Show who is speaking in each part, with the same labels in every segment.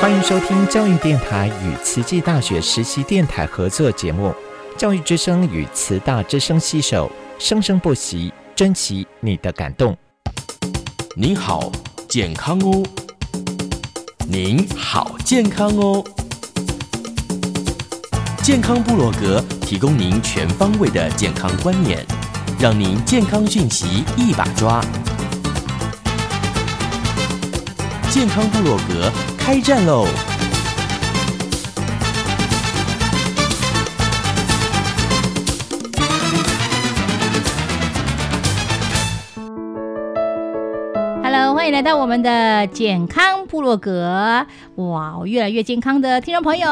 Speaker 1: 欢迎收听教育电台与慈济大学实习电台合作节目《教育之声》与慈大之声携手，生生不息，珍惜你的感动。
Speaker 2: 您好，健康哦！您好，健康哦！健康部落格提供您全方位的健康观念，让您健康讯息一把抓。健康部落格开战喽！
Speaker 3: Hello，欢迎来到我们的健康部落格。哇，我越来越健康的听众朋友，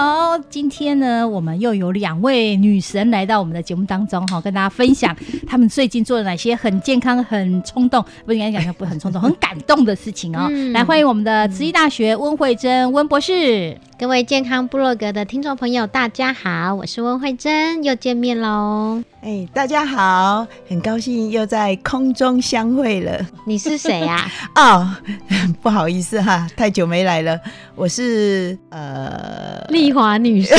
Speaker 3: 今天呢，我们又有两位女神来到我们的节目当中哈、跟大家分享她们最近做了哪些很健康、很冲动，不应该讲不是很冲动，很感动的事情哦。
Speaker 4: 嗯
Speaker 3: 来，欢迎我们的慈济大学温慧珍温博 士。
Speaker 4: 各位健康部落格的听众朋友，大家好，我是温慧珍，又见面喽。
Speaker 5: 哎，大家好，很高兴又在空中相会了
Speaker 4: 你是谁啊呀、
Speaker 5: 哦。不好意思哈，太久没来了。我是呃，
Speaker 4: 丽华女神，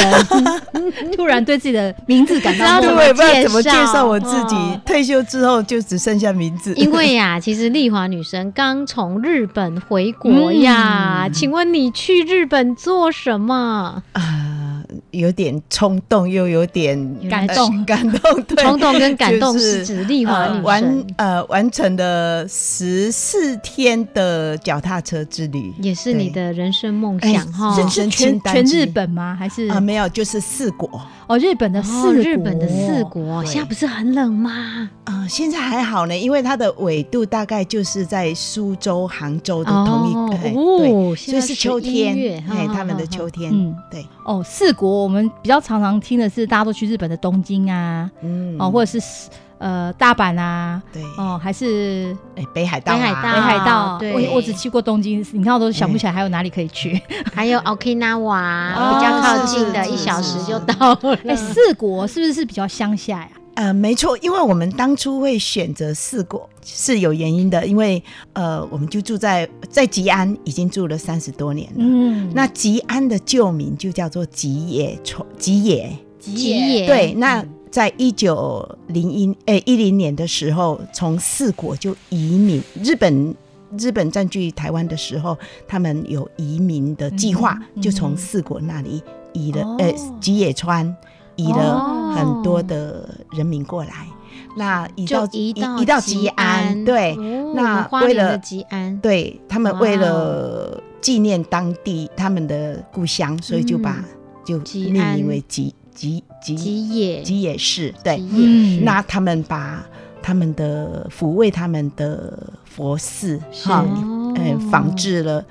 Speaker 3: 突然对自己的名字感到
Speaker 4: 知道
Speaker 5: 对，
Speaker 4: 怎
Speaker 5: 我
Speaker 4: 么
Speaker 5: 也不知道怎么
Speaker 4: 介
Speaker 5: 介
Speaker 4: 绍
Speaker 5: 绍我自己。
Speaker 4: 哦
Speaker 5: 退休之后就只剩下名字，
Speaker 4: 因为呀、其实丽华女神刚从日本回国呀。
Speaker 3: 嗯
Speaker 4: 请问你去日本做什么？
Speaker 5: 啊、有点冲动，又有点
Speaker 3: 感动
Speaker 5: 呃 感动，对，
Speaker 4: 冲动跟感动
Speaker 5: 就
Speaker 4: 是
Speaker 5: 是
Speaker 4: 指丽华
Speaker 5: 呃
Speaker 4: 女
Speaker 5: 完
Speaker 4: 神，
Speaker 5: 呃完成了十四天的脚踏车之旅，
Speaker 4: 也是你的人生梦想
Speaker 5: 哎
Speaker 4: 哈。
Speaker 5: 人
Speaker 3: 哦是
Speaker 5: 生
Speaker 3: 全
Speaker 5: 清单
Speaker 3: 全
Speaker 5: 之一
Speaker 3: 日本吗？还是、
Speaker 5: 啊、没有，就是四国。
Speaker 3: 哦日本的四
Speaker 4: 哦
Speaker 3: 国、
Speaker 4: 日本的四国，
Speaker 5: 对
Speaker 4: 现在不是很冷吗？
Speaker 5: 呃，现在还好呢，因为它的纬度大概就是在苏州、杭州的同一个、哎对，
Speaker 4: 哦，现
Speaker 5: 所以
Speaker 4: 在
Speaker 5: 是秋
Speaker 4: 11
Speaker 5: 天
Speaker 4: 月，
Speaker 5: 哎，
Speaker 4: 哈
Speaker 5: 他们的
Speaker 4: 哈哈
Speaker 5: 秋天，
Speaker 3: 嗯
Speaker 5: 对，
Speaker 3: 哦，四国我们比较常常听的是，大家都去日本的东京啊，
Speaker 5: 嗯
Speaker 3: 哦，或者是呃大阪啊，
Speaker 5: 对，
Speaker 3: 哦，还是
Speaker 5: 哎，北海道、啊，
Speaker 4: 北海
Speaker 3: 北
Speaker 4: 道
Speaker 3: 海道。
Speaker 4: 啊对
Speaker 3: 我我只去过东京，你看我都想不起来还有哪里可以去。
Speaker 4: 还有 Okinawa、
Speaker 3: 哦
Speaker 4: 比较靠近的，
Speaker 3: 是
Speaker 4: 一
Speaker 3: 是
Speaker 4: 小
Speaker 3: 是
Speaker 4: 时
Speaker 3: 是
Speaker 4: 就到了。
Speaker 3: 哎，四国是不是比较乡下呀？
Speaker 5: 呃，没错，因为我们当初会选择四国是有原因的，因为呃，我们就住在在吉安，已经住了三十多年了。
Speaker 3: 嗯，
Speaker 5: 那吉安的旧名就叫做吉野川，吉野，
Speaker 4: 吉野
Speaker 5: 对，那
Speaker 4: 嗯
Speaker 5: 在一九零一诶一零年的时候，从四国就移民日本。日本占据台湾的时候，他们有移民的计划，
Speaker 3: 嗯
Speaker 5: 就从四国那里移了，
Speaker 3: 哦
Speaker 5: 呃，吉野川移了
Speaker 4: 哦
Speaker 5: 很多的人民过来。那移
Speaker 4: 就
Speaker 5: 到
Speaker 4: 移到
Speaker 5: 移到吉安，对、
Speaker 4: 哦
Speaker 5: 那
Speaker 4: 我们花莲
Speaker 5: 为了
Speaker 4: 的吉安，
Speaker 5: 对，他们
Speaker 4: 哇
Speaker 5: 为了纪念当地他们的故乡，所以就把、
Speaker 4: 嗯
Speaker 5: 就
Speaker 4: 吉
Speaker 5: 命
Speaker 4: 安
Speaker 5: 名为吉吉吉
Speaker 4: 吉野
Speaker 5: 吉野市，对，
Speaker 4: 吉
Speaker 3: 嗯
Speaker 4: 野
Speaker 5: 那他们把他们的抚慰他们的佛寺
Speaker 3: 是
Speaker 5: 哈，
Speaker 4: 哦
Speaker 5: 呃，仿制了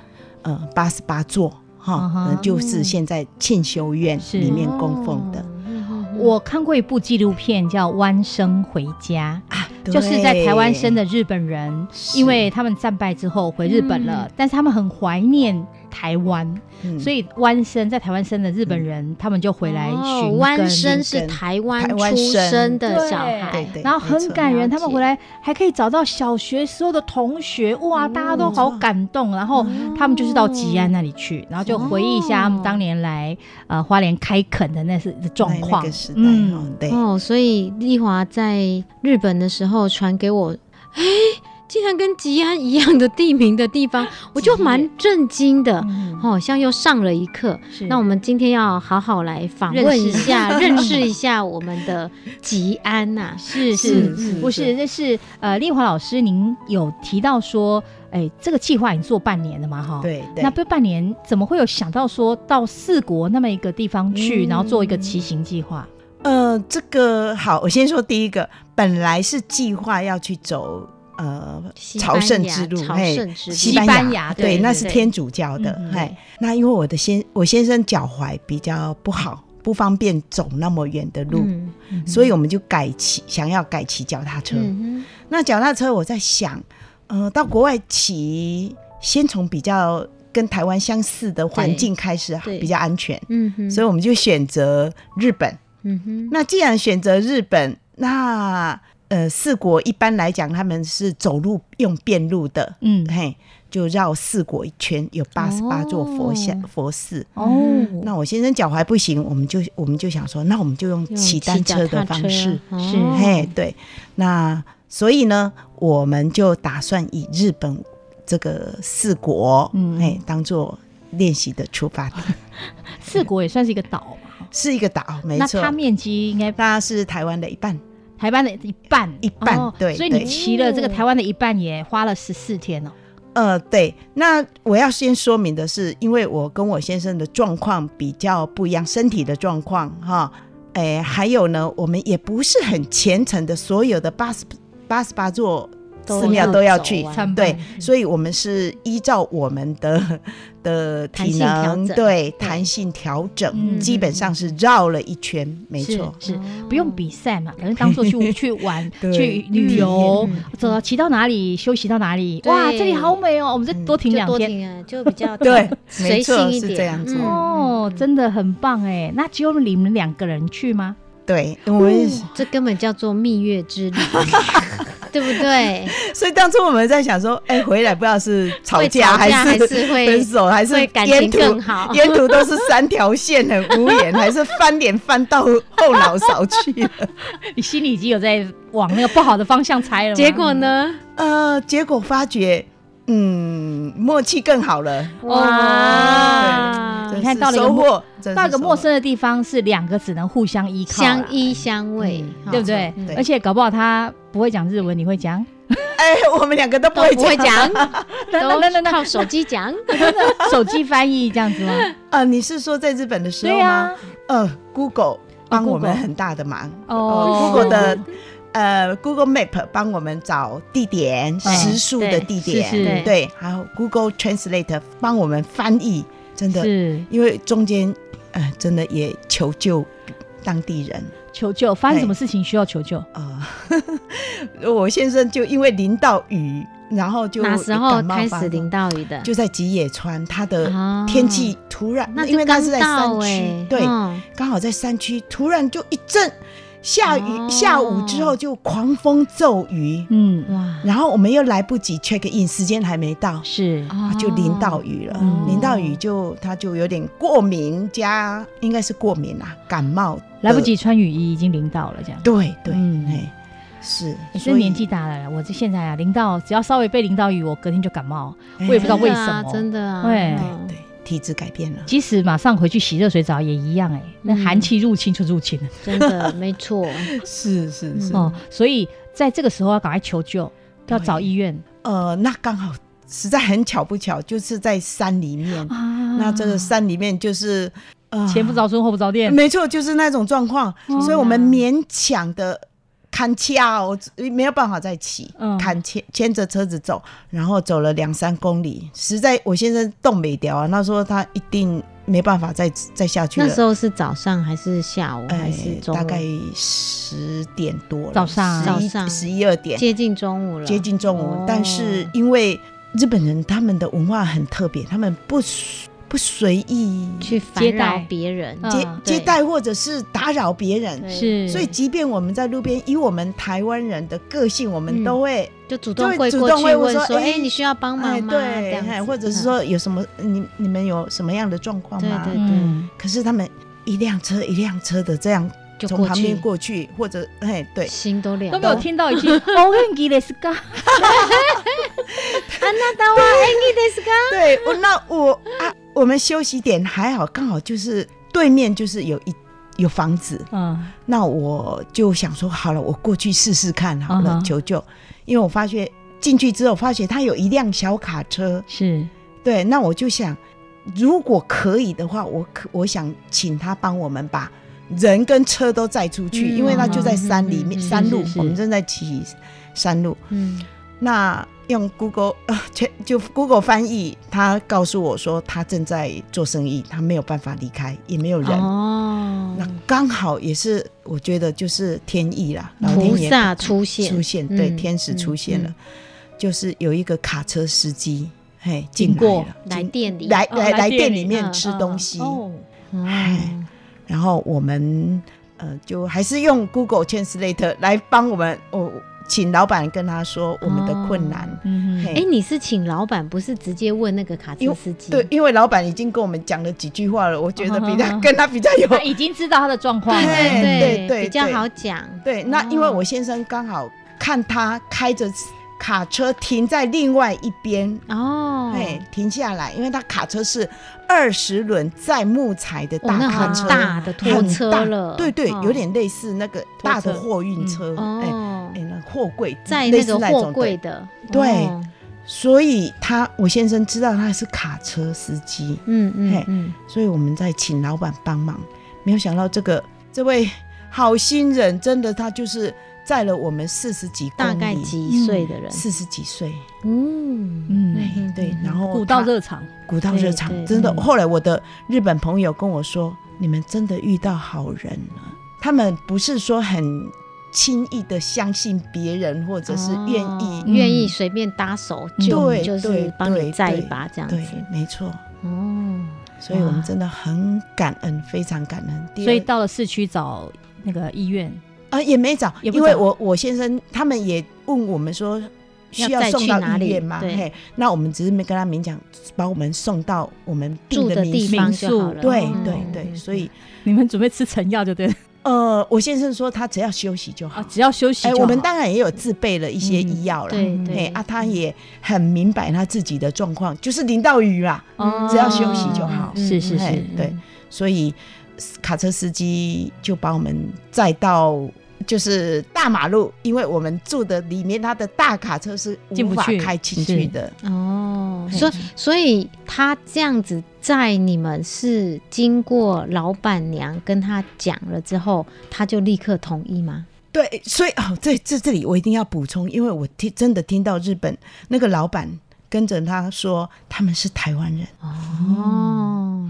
Speaker 5: 呃八十八座
Speaker 3: 嗯
Speaker 5: 哈、
Speaker 3: 哼
Speaker 5: 呃就是现在庆修院
Speaker 3: 是
Speaker 5: 里面供奉的
Speaker 4: 哦。嗯嗯嗯
Speaker 3: 我看过一部纪录片叫《弯生回家》，
Speaker 5: 啊，
Speaker 3: 哦就是在台湾生
Speaker 5: 的
Speaker 3: 的日本人，因为他们战败之后回日本
Speaker 5: 嗯
Speaker 3: 了，但是他们很怀念台湾，所
Speaker 5: 以
Speaker 3: 以湾生在台湾生的日本人，他们就回来
Speaker 4: 哦
Speaker 3: 寻
Speaker 4: 湾
Speaker 3: 根
Speaker 4: 生是
Speaker 5: 根
Speaker 4: 台湾
Speaker 5: 台湾
Speaker 4: 出
Speaker 5: 生
Speaker 4: 生的
Speaker 3: 对
Speaker 4: 小孩，
Speaker 5: 对
Speaker 3: 然后
Speaker 5: 没
Speaker 3: 很
Speaker 5: 错
Speaker 3: 感人，
Speaker 4: 了
Speaker 3: 他们
Speaker 4: 解
Speaker 3: 回来还可以找到小学时候的同学，哇，
Speaker 4: 哦
Speaker 3: 大家都好感动。然后他们就是到吉安那里去，然后就回忆一下他们当年来呃花莲开垦的那是的状
Speaker 5: 那
Speaker 3: 况
Speaker 5: 个时。代哈、
Speaker 3: 嗯，
Speaker 5: 对，
Speaker 4: 哦，所以丽华在日本的时候传给我，哎，竟然跟吉安一样的地名的地方，我就蛮震惊的，
Speaker 3: 嗯
Speaker 4: 哦，像又上了一课。
Speaker 3: 是
Speaker 5: 嗯
Speaker 4: 那我们今天要好好来访
Speaker 3: 认
Speaker 4: 问
Speaker 3: 识
Speaker 4: 一下，认识一下我们的吉安呐、
Speaker 5: 嗯
Speaker 3: 是是
Speaker 4: 是是
Speaker 3: 不是？那是呃，丽华老师，您有提到说，哎，这个计划已经做半年了嘛，哈。。
Speaker 5: 对对
Speaker 3: 那这半年怎么会有想到说到四国那么一个地方去，
Speaker 4: 嗯
Speaker 3: 然后做一个骑行计划？
Speaker 5: 呃，这个好，我先说第一个，本来是计划要去走呃
Speaker 4: 西
Speaker 5: 朝
Speaker 4: 班
Speaker 5: 圣
Speaker 4: 牙
Speaker 5: 之路，
Speaker 4: 朝
Speaker 5: 嘿
Speaker 4: 圣之路
Speaker 5: 西
Speaker 3: 西
Speaker 5: 班
Speaker 3: 班
Speaker 5: 牙，
Speaker 3: 牙对
Speaker 5: 对，那
Speaker 3: 对
Speaker 5: 是
Speaker 3: 对
Speaker 5: 天主教的
Speaker 3: 嗯，
Speaker 5: 嘿，那因为我的先我先生脚踝比较不好，不方便走那么远的路，
Speaker 4: 嗯
Speaker 5: 所以我们就改骑，想要改骑脚踏车。
Speaker 4: 嗯
Speaker 5: 那脚踏车我在想，呃，到国外骑，先从比较跟台湾相似的环
Speaker 4: 对
Speaker 5: 境开始
Speaker 4: 对，
Speaker 5: 比较安全，
Speaker 4: 哼，嗯哼，
Speaker 5: 所以我们就选择日本。
Speaker 4: 嗯哼，
Speaker 5: 那既然选择日本，那呃，四国一般来讲他们是走路用便路的，
Speaker 3: 嗯，
Speaker 5: 嘿，就绕四国一圈，有八十八座佛像、
Speaker 4: 哦
Speaker 5: 佛寺。
Speaker 3: 哦，
Speaker 5: 那我先生脚踝不行，我们就我们就想说，那我们就用
Speaker 4: 用
Speaker 5: 骑单车的方
Speaker 4: 脚
Speaker 5: 式。
Speaker 4: 踏车
Speaker 3: 是
Speaker 4: 哦
Speaker 5: 嘿，对，那所以呢，我们就打算以日本这个四国，
Speaker 3: 嗯
Speaker 5: 嗯，嘿，当做练习的出发点，
Speaker 3: 四国也算是一个岛嘛，
Speaker 5: 是一个岛，没
Speaker 3: 那
Speaker 5: 错
Speaker 3: 它，面积应该
Speaker 5: 它是台湾的一半，
Speaker 3: 台湾的一半，
Speaker 5: 一半
Speaker 3: 哦
Speaker 5: 对
Speaker 3: 所以
Speaker 5: 对
Speaker 3: 你骑了这个台湾的一半，也花了十四天哦。
Speaker 5: 呃，对，那我要先说明的是，因为我跟我先生的状况比较不一样，身体的状况哈，哎，还有呢，我们也不是很虔诚的，所有的八十八十八座
Speaker 4: 都
Speaker 5: 寺庙
Speaker 4: 要
Speaker 5: 都要
Speaker 4: 走啊嗯
Speaker 5: 去
Speaker 4: 完，
Speaker 3: 参
Speaker 5: 对
Speaker 3: 拜，
Speaker 5: 所以我们是依照我们的的
Speaker 4: 弹
Speaker 5: 体
Speaker 4: 性调
Speaker 5: 能
Speaker 4: 整
Speaker 5: 对弹性调整，
Speaker 3: 嗯
Speaker 5: 基本上是绕了一圈，没错，嗯
Speaker 3: 是是
Speaker 4: 哦
Speaker 3: 不用比赛嘛，反正当做 去去玩、
Speaker 5: 对嗯
Speaker 3: 去旅游，走到骑到哪里休息到哪里。
Speaker 4: 对
Speaker 3: 哇，这里好美哦，我们
Speaker 5: 嗯
Speaker 3: 再多停
Speaker 4: 就
Speaker 3: 两
Speaker 4: 多
Speaker 3: 天。
Speaker 4: 停啊，就比较
Speaker 5: 对
Speaker 4: 随性一
Speaker 5: 没错是
Speaker 4: 点，
Speaker 5: 这样子
Speaker 4: 嗯
Speaker 3: 哦，真的很棒哎！那只有你们两个人去吗？
Speaker 5: 对，哦我们
Speaker 4: 这根本叫做蜜月之旅， 对不对？
Speaker 5: 所以当初我们在想说，哎，回来不知道是吵
Speaker 4: 会
Speaker 5: 架还
Speaker 4: 架还
Speaker 5: 是
Speaker 4: 是
Speaker 5: 分
Speaker 4: 会
Speaker 5: 手还是
Speaker 4: 会感
Speaker 5: 沿
Speaker 4: 情
Speaker 5: 途，
Speaker 4: 更好
Speaker 5: 沿途都是三条线， 很无言，还是翻脸翻到后脑勺去了。
Speaker 3: 你心里已经有在往那个不好的方向猜了吗。
Speaker 4: 结果呢？
Speaker 5: 呃，结果发觉，嗯，默契更好了。
Speaker 3: 哇
Speaker 5: 对
Speaker 3: 啊你
Speaker 5: 真
Speaker 3: 看
Speaker 5: 是
Speaker 3: 到了一个
Speaker 5: 收获，真是
Speaker 3: 到一个
Speaker 5: 收获
Speaker 3: 陌生的地方，是两个只能互相依靠啦，
Speaker 4: 相依相偎
Speaker 5: 嗯，
Speaker 4: 哈
Speaker 3: 对不对
Speaker 5: 嗯？对
Speaker 3: 而且搞不好他不会讲日文，你会讲？
Speaker 5: 哎，我们两个都不
Speaker 4: 都
Speaker 5: 会
Speaker 4: 不会
Speaker 5: 讲
Speaker 4: 讲，
Speaker 3: 那那那
Speaker 4: 都
Speaker 3: 那
Speaker 4: 靠手机 讲。
Speaker 3: 那 手机翻译这样 子吗？
Speaker 5: 啊、你是说在日本的时
Speaker 3: 对啊
Speaker 5: 候吗？
Speaker 3: 呀，
Speaker 5: 呃，Google 帮我
Speaker 3: Google
Speaker 5: 们很大的忙。
Speaker 3: 哦
Speaker 5: g o o g l e 的呃 Google Map 帮我们找地点、
Speaker 3: 哎
Speaker 5: 时速的
Speaker 4: 对
Speaker 5: 地
Speaker 3: 是
Speaker 5: 点，
Speaker 3: 是
Speaker 5: 对还有 Google Translate 帮我们翻译，真的
Speaker 3: 是
Speaker 5: 因为中间呃，真的也求救当地人
Speaker 3: 求救，发生什么事情需要求救？
Speaker 5: 啊。呃我先生就因为淋到雨，然后就
Speaker 4: 哪时候
Speaker 5: 感冒
Speaker 4: 开
Speaker 5: 发
Speaker 4: 始
Speaker 5: 作
Speaker 4: 淋？到雨的？
Speaker 5: 就在吉野川，它的
Speaker 4: 啊
Speaker 5: 天气突然，
Speaker 4: 那
Speaker 5: 因
Speaker 4: 就
Speaker 5: 为它
Speaker 4: 刚
Speaker 5: 是在山
Speaker 4: 到
Speaker 5: 区，
Speaker 4: 哎，
Speaker 5: 对，
Speaker 4: 嗯
Speaker 5: 刚好在山区，突然就一阵下雨，
Speaker 4: 哦
Speaker 5: 下午之后就狂风骤雨，
Speaker 3: 嗯，
Speaker 4: 哇，
Speaker 5: 然后我们又来不及 check in，时间还没
Speaker 4: 哦
Speaker 5: 到。
Speaker 3: 是
Speaker 5: 啊，就淋到雨了，
Speaker 4: 嗯
Speaker 5: 淋到雨就他就有点过敏加应该是过敏啦、感冒的
Speaker 3: 来不及穿雨衣，已经淋到了这样。
Speaker 5: 对对，
Speaker 3: 嗯
Speaker 5: 哎、是，
Speaker 3: 也是
Speaker 5: 所以
Speaker 3: 年纪大了，我这现在啊，淋到只要稍微被淋到雨，我隔天就感冒。我也不知道为什么
Speaker 4: 真的啊，
Speaker 3: 对
Speaker 4: 真的啊，
Speaker 5: 对
Speaker 4: 嗯
Speaker 5: 哎对，体质改变了。
Speaker 3: 即使马上回去洗热水澡也一样哎、那
Speaker 4: 嗯
Speaker 3: 寒气入侵就入侵了、
Speaker 4: 真的没 错，
Speaker 5: 是是
Speaker 4: 是嗯
Speaker 3: 哦，所以在这个时候要赶快求救，要找医院
Speaker 5: 呃，那刚好实在很巧不巧，就是在山里面，
Speaker 3: 啊
Speaker 5: 那这个山里面就是呃
Speaker 3: 前不着村后不着店，
Speaker 5: 没错，就是那种状况，
Speaker 3: 哦
Speaker 5: 所以我们勉强的看掐哦，没有办法再骑
Speaker 3: 嗯，
Speaker 5: 看牵牵着车子走，然后走了两三公里，实在我先生冻没掉啊，他说他一定没办法再再下去
Speaker 4: 那
Speaker 5: 了。
Speaker 4: 时候是早上还是下午还是中午？
Speaker 5: 哎大概十点多了，
Speaker 3: 早上
Speaker 4: 早上
Speaker 5: 上十一二点，
Speaker 4: 接近中午了，
Speaker 5: 接近中午，
Speaker 4: 哦
Speaker 5: 但是因为日本人他们的文化很特别，他们不随不随意
Speaker 4: 去
Speaker 3: 接
Speaker 4: 烦扰
Speaker 3: 待
Speaker 4: 别人，
Speaker 3: 嗯
Speaker 5: 接、
Speaker 4: 对
Speaker 5: 接待或者是打扰别人，
Speaker 4: 对
Speaker 3: 是，
Speaker 5: 所以即便我们在路边，以我们台湾人的个性，我
Speaker 4: 嗯
Speaker 5: 们都会、
Speaker 4: 就主动
Speaker 5: 就会
Speaker 4: 跪
Speaker 5: 主
Speaker 4: 过
Speaker 5: 动
Speaker 4: 去
Speaker 5: 会
Speaker 4: 问
Speaker 5: 说
Speaker 4: 说：“
Speaker 5: 哎
Speaker 4: 哎，你需要帮忙
Speaker 5: 哎
Speaker 4: 吗？”这
Speaker 5: 对，
Speaker 4: 样
Speaker 5: 哎
Speaker 4: 子
Speaker 5: 或者
Speaker 4: 嗯
Speaker 5: 是说有什么你你们有什么样的状况吗？
Speaker 4: 对对
Speaker 3: 嗯，
Speaker 5: 可是他们一辆车一辆车的这样
Speaker 4: 就
Speaker 5: 从
Speaker 4: 过
Speaker 5: 旁
Speaker 4: 去
Speaker 5: 边，过去，或者哎对，
Speaker 4: 心都凉
Speaker 3: 都没有
Speaker 4: 了。
Speaker 3: 听到一 句哦，n g 的是 嘎，哎
Speaker 5: 对，我那我啊，我们休息点还好，刚好就是对面就是有一有房子，
Speaker 3: 嗯，
Speaker 5: 那我就想说好了，我过去试试看好了
Speaker 3: 嗯哼
Speaker 5: 求救，因为我发觉进去之后发觉他有一辆小卡车，
Speaker 3: 是
Speaker 5: 对，那我就想如果可以的话，我可我想请他帮我们把。人跟车都载出去，
Speaker 4: 嗯
Speaker 5: 因为他就在山里
Speaker 4: 嗯
Speaker 5: 面，
Speaker 4: 嗯嗯
Speaker 5: 山路
Speaker 3: 是是，是
Speaker 5: 我们正在骑山路。
Speaker 4: 嗯，
Speaker 5: 那用 Google 呃，切就 Google 翻译，他告诉我说他正在做生意，他没有办法离开，也没有人。
Speaker 4: 哦，
Speaker 5: 那刚好也是，我觉得就是天意啦，老
Speaker 4: 菩
Speaker 5: 天爷
Speaker 4: 萨出现，
Speaker 5: 出现，对，
Speaker 4: 嗯
Speaker 5: 天使出现了，就是有一个卡车司机，嘿，
Speaker 3: 经
Speaker 5: 进
Speaker 3: 过
Speaker 4: 来
Speaker 5: 来了，
Speaker 4: 店里
Speaker 5: 来
Speaker 3: 哦
Speaker 5: 来
Speaker 3: 来
Speaker 5: 来
Speaker 3: 店
Speaker 5: 店
Speaker 3: 里
Speaker 5: 里面
Speaker 4: 嗯
Speaker 5: 吃
Speaker 4: 嗯
Speaker 5: 东西，
Speaker 3: 哦，
Speaker 4: 哦
Speaker 5: 哎然后我们呃，就还是用 Google Translate 来帮我们，我、请老板跟他说我们
Speaker 4: 哦
Speaker 5: 的困难。
Speaker 3: 嗯
Speaker 5: 嘿
Speaker 4: 哎、你是请老板，不是直接问那个卡车司机？
Speaker 5: 对，，因为老板已经跟我们讲了几句话了，我觉得比
Speaker 4: 嗯
Speaker 5: 他跟他比较有
Speaker 3: 他已经知道他的状况了，
Speaker 5: 嘿对对对
Speaker 4: 比较好讲。 哦
Speaker 5: 对。那因为我先生刚好看他开着卡车停在另外一边，
Speaker 4: 哦，
Speaker 5: 哎，停下来，因为他卡车是二十轮载木材的
Speaker 4: 哦，
Speaker 5: 大
Speaker 4: 那
Speaker 5: 卡
Speaker 4: 很
Speaker 5: 车，
Speaker 4: 大的拖
Speaker 5: 很
Speaker 4: 车
Speaker 5: 大
Speaker 4: 了，
Speaker 5: 对对，
Speaker 4: 哦
Speaker 5: 有点类似那个
Speaker 3: 拖
Speaker 5: 大的
Speaker 3: 车
Speaker 5: 货运车，哎
Speaker 4: 哦，
Speaker 5: 哎，那货柜
Speaker 4: 在
Speaker 5: 类
Speaker 4: 那
Speaker 5: 似
Speaker 4: 个
Speaker 5: 那种
Speaker 4: 货
Speaker 5: 的
Speaker 4: 柜的，
Speaker 5: 对
Speaker 4: 哦
Speaker 5: 所以他我先生知道他是卡车司机，
Speaker 4: 嗯嗯
Speaker 5: 嘿
Speaker 4: 嗯，
Speaker 5: 所以我们在请老板帮忙。没有想到这个这位好心人，真的他就是载了我们四十几公
Speaker 4: 大
Speaker 5: 里，
Speaker 4: 概几岁的人？
Speaker 5: 四十几岁，
Speaker 4: 嗯
Speaker 3: 嗯，
Speaker 5: 哎，对，然后
Speaker 3: 古道
Speaker 5: 他
Speaker 3: 热肠，
Speaker 5: 古道热肠
Speaker 4: 对，对
Speaker 5: 真的。
Speaker 3: 嗯
Speaker 5: 后来我的日本朋友跟我说，你们真的遇到好人了。他们不是说很轻易的相信别人，或者是愿意嗯
Speaker 4: 哦。
Speaker 3: 嗯
Speaker 4: 愿意随便搭手就
Speaker 5: 对
Speaker 4: 就是
Speaker 5: 对
Speaker 4: 帮你
Speaker 5: 对
Speaker 4: 载一
Speaker 5: 对
Speaker 4: 把这样
Speaker 5: 对
Speaker 4: 子，
Speaker 5: 没错。
Speaker 4: 哦。
Speaker 5: 所以我
Speaker 4: 哇
Speaker 5: 们真的很感恩，非常感恩。第二
Speaker 3: 所以到了市区找那个医院，
Speaker 5: 啊也没找，
Speaker 3: 也不
Speaker 5: 因为
Speaker 3: 找
Speaker 5: 我我先生他们也问我们说需要
Speaker 4: 要再
Speaker 5: 送
Speaker 4: 去
Speaker 5: 到
Speaker 4: 哪里
Speaker 5: 医院吗？
Speaker 4: 对
Speaker 5: 嘿，那我们只是没跟他明讲，把我们送到我们定
Speaker 4: 住的
Speaker 5: 民
Speaker 4: 地
Speaker 5: 宿
Speaker 4: 方
Speaker 3: 民
Speaker 4: 就
Speaker 3: 宿
Speaker 4: 好了。
Speaker 5: 对
Speaker 4: 嗯
Speaker 5: 对
Speaker 4: 嗯
Speaker 5: 对，
Speaker 4: 嗯
Speaker 5: 所以
Speaker 3: 你们准备吃成药就对了
Speaker 5: 呃，我先生说他只要休息就好
Speaker 4: 哦
Speaker 3: 啊，。只要休息
Speaker 5: 哎、
Speaker 3: 就好。
Speaker 5: 我们当然也有自备了一些
Speaker 3: 嗯
Speaker 5: 医药啦。
Speaker 4: 对
Speaker 3: 嗯
Speaker 4: 对
Speaker 5: 嘿啊，他也很明白他自己的状况，就是淋到雨啊，
Speaker 3: 哦
Speaker 5: 只要休息就好
Speaker 4: 嗯
Speaker 3: 是是
Speaker 4: 嗯
Speaker 3: 是
Speaker 5: 嘿，
Speaker 4: 嗯
Speaker 5: 对，所以卡车司机就把我们载到就是大马路，因为我们住的里面，他的大卡车是
Speaker 3: 进
Speaker 5: 无
Speaker 3: 不
Speaker 5: 法
Speaker 3: 去
Speaker 5: 开进去的。
Speaker 4: 哦，
Speaker 5: 嘿
Speaker 4: 所以所以他这样子在你们是经过老板娘跟他讲了之后，他就立刻同意吗？
Speaker 5: 对，所以哦，这这这里我一定要补充，因为我听真的听到日本那个老板跟着他说他们是台湾人，
Speaker 4: 哦，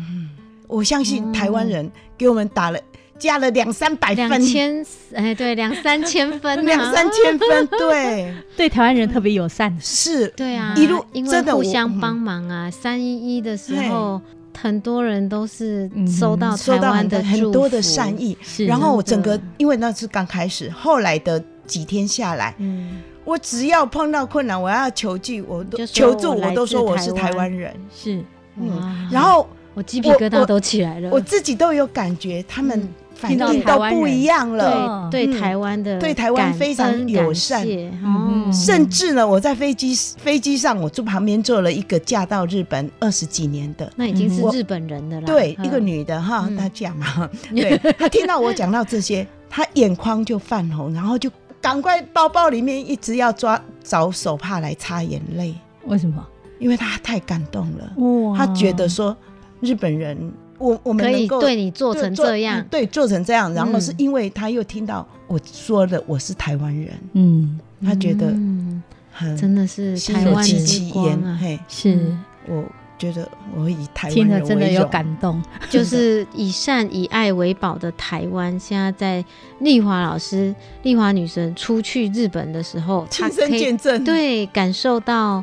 Speaker 5: 我相信台湾人给我们打了加了两三百分，
Speaker 4: 两千哎，对，两三千分、啊，
Speaker 5: 两三千分，对，
Speaker 3: 对台湾人特别友善，
Speaker 5: 是
Speaker 4: 对啊，
Speaker 5: 一路
Speaker 4: 因为
Speaker 5: 真的
Speaker 4: 互
Speaker 5: 我
Speaker 4: 相
Speaker 5: 嗯
Speaker 4: 帮忙啊。三一一的时候，很多人都是
Speaker 3: 嗯
Speaker 4: 收到
Speaker 5: 收
Speaker 4: 台
Speaker 5: 到
Speaker 4: 湾
Speaker 5: 很
Speaker 4: 的
Speaker 5: 多很多的善
Speaker 4: 意，
Speaker 5: 意，
Speaker 3: 是
Speaker 5: 然后我整个
Speaker 4: 真的，
Speaker 5: 因为那是刚开始，后来的几天下来，
Speaker 4: 嗯，
Speaker 5: 我只要碰到困难，我要求救，我都
Speaker 4: 就说
Speaker 5: 求助，
Speaker 4: 我来
Speaker 5: 我都
Speaker 4: 自
Speaker 5: 说我是
Speaker 4: 台
Speaker 5: 台
Speaker 4: 湾
Speaker 5: 湾人。
Speaker 3: 是
Speaker 5: 嗯，
Speaker 4: 哇
Speaker 5: 然后
Speaker 4: 我鸡皮
Speaker 5: 我
Speaker 4: 疙瘩
Speaker 5: 我
Speaker 4: 都起来了，
Speaker 5: 我自己都有感觉，他们
Speaker 4: 嗯
Speaker 5: 反
Speaker 3: 听到
Speaker 5: 应
Speaker 3: 台
Speaker 5: 都
Speaker 3: 湾
Speaker 5: 不
Speaker 3: 人
Speaker 5: 一样了。
Speaker 3: 嗯
Speaker 4: 对
Speaker 5: 嗯
Speaker 4: 对台湾的
Speaker 5: 对台湾
Speaker 4: 感
Speaker 5: 非常
Speaker 4: 恩
Speaker 5: 友
Speaker 4: 感
Speaker 5: 善
Speaker 4: 谢
Speaker 3: 嗯
Speaker 4: 哦，
Speaker 5: 甚至呢，我在飞机飞机上，我坐旁边坐了一个嫁到日本二十几年的，
Speaker 4: 那已经是
Speaker 5: 我
Speaker 4: 日本人的啦，
Speaker 5: 对，
Speaker 4: 嗯
Speaker 5: 一个，女的哈
Speaker 4: 嗯，
Speaker 5: 她嫁 嘛，对，她听到我讲到这些，她眼眶就泛红，然后就赶快包包里面一直要抓找手帕来擦眼泪，
Speaker 3: 为什么？
Speaker 5: 因为她太感动了，
Speaker 3: 哇
Speaker 5: 她觉得说日本人，我我
Speaker 4: 可
Speaker 5: 们能
Speaker 4: 以
Speaker 5: 够
Speaker 4: 对你做成这样
Speaker 5: 嗯，对，做成这样，然后
Speaker 4: 嗯
Speaker 5: 是因为她又听到我说的我是台湾人，
Speaker 3: 嗯
Speaker 5: 她觉得
Speaker 4: 嗯
Speaker 5: 很
Speaker 4: 真的是
Speaker 5: 心
Speaker 4: 台
Speaker 5: 有
Speaker 4: 湾
Speaker 5: 戚
Speaker 4: 之
Speaker 5: 戚
Speaker 4: 光
Speaker 5: 焉，
Speaker 4: 啊，
Speaker 5: 嘿，
Speaker 3: 是
Speaker 5: 我觉得我以台湾
Speaker 3: 嗯听了
Speaker 5: 人
Speaker 3: 真的
Speaker 5: 为
Speaker 3: 有
Speaker 5: 荣。
Speaker 3: 感动，
Speaker 4: 就是以善以爱为宝的台湾，现在在丽华老师、丽华女神出去日本的时候，她
Speaker 5: 亲身
Speaker 4: 可以
Speaker 5: 见证，
Speaker 4: 对感受到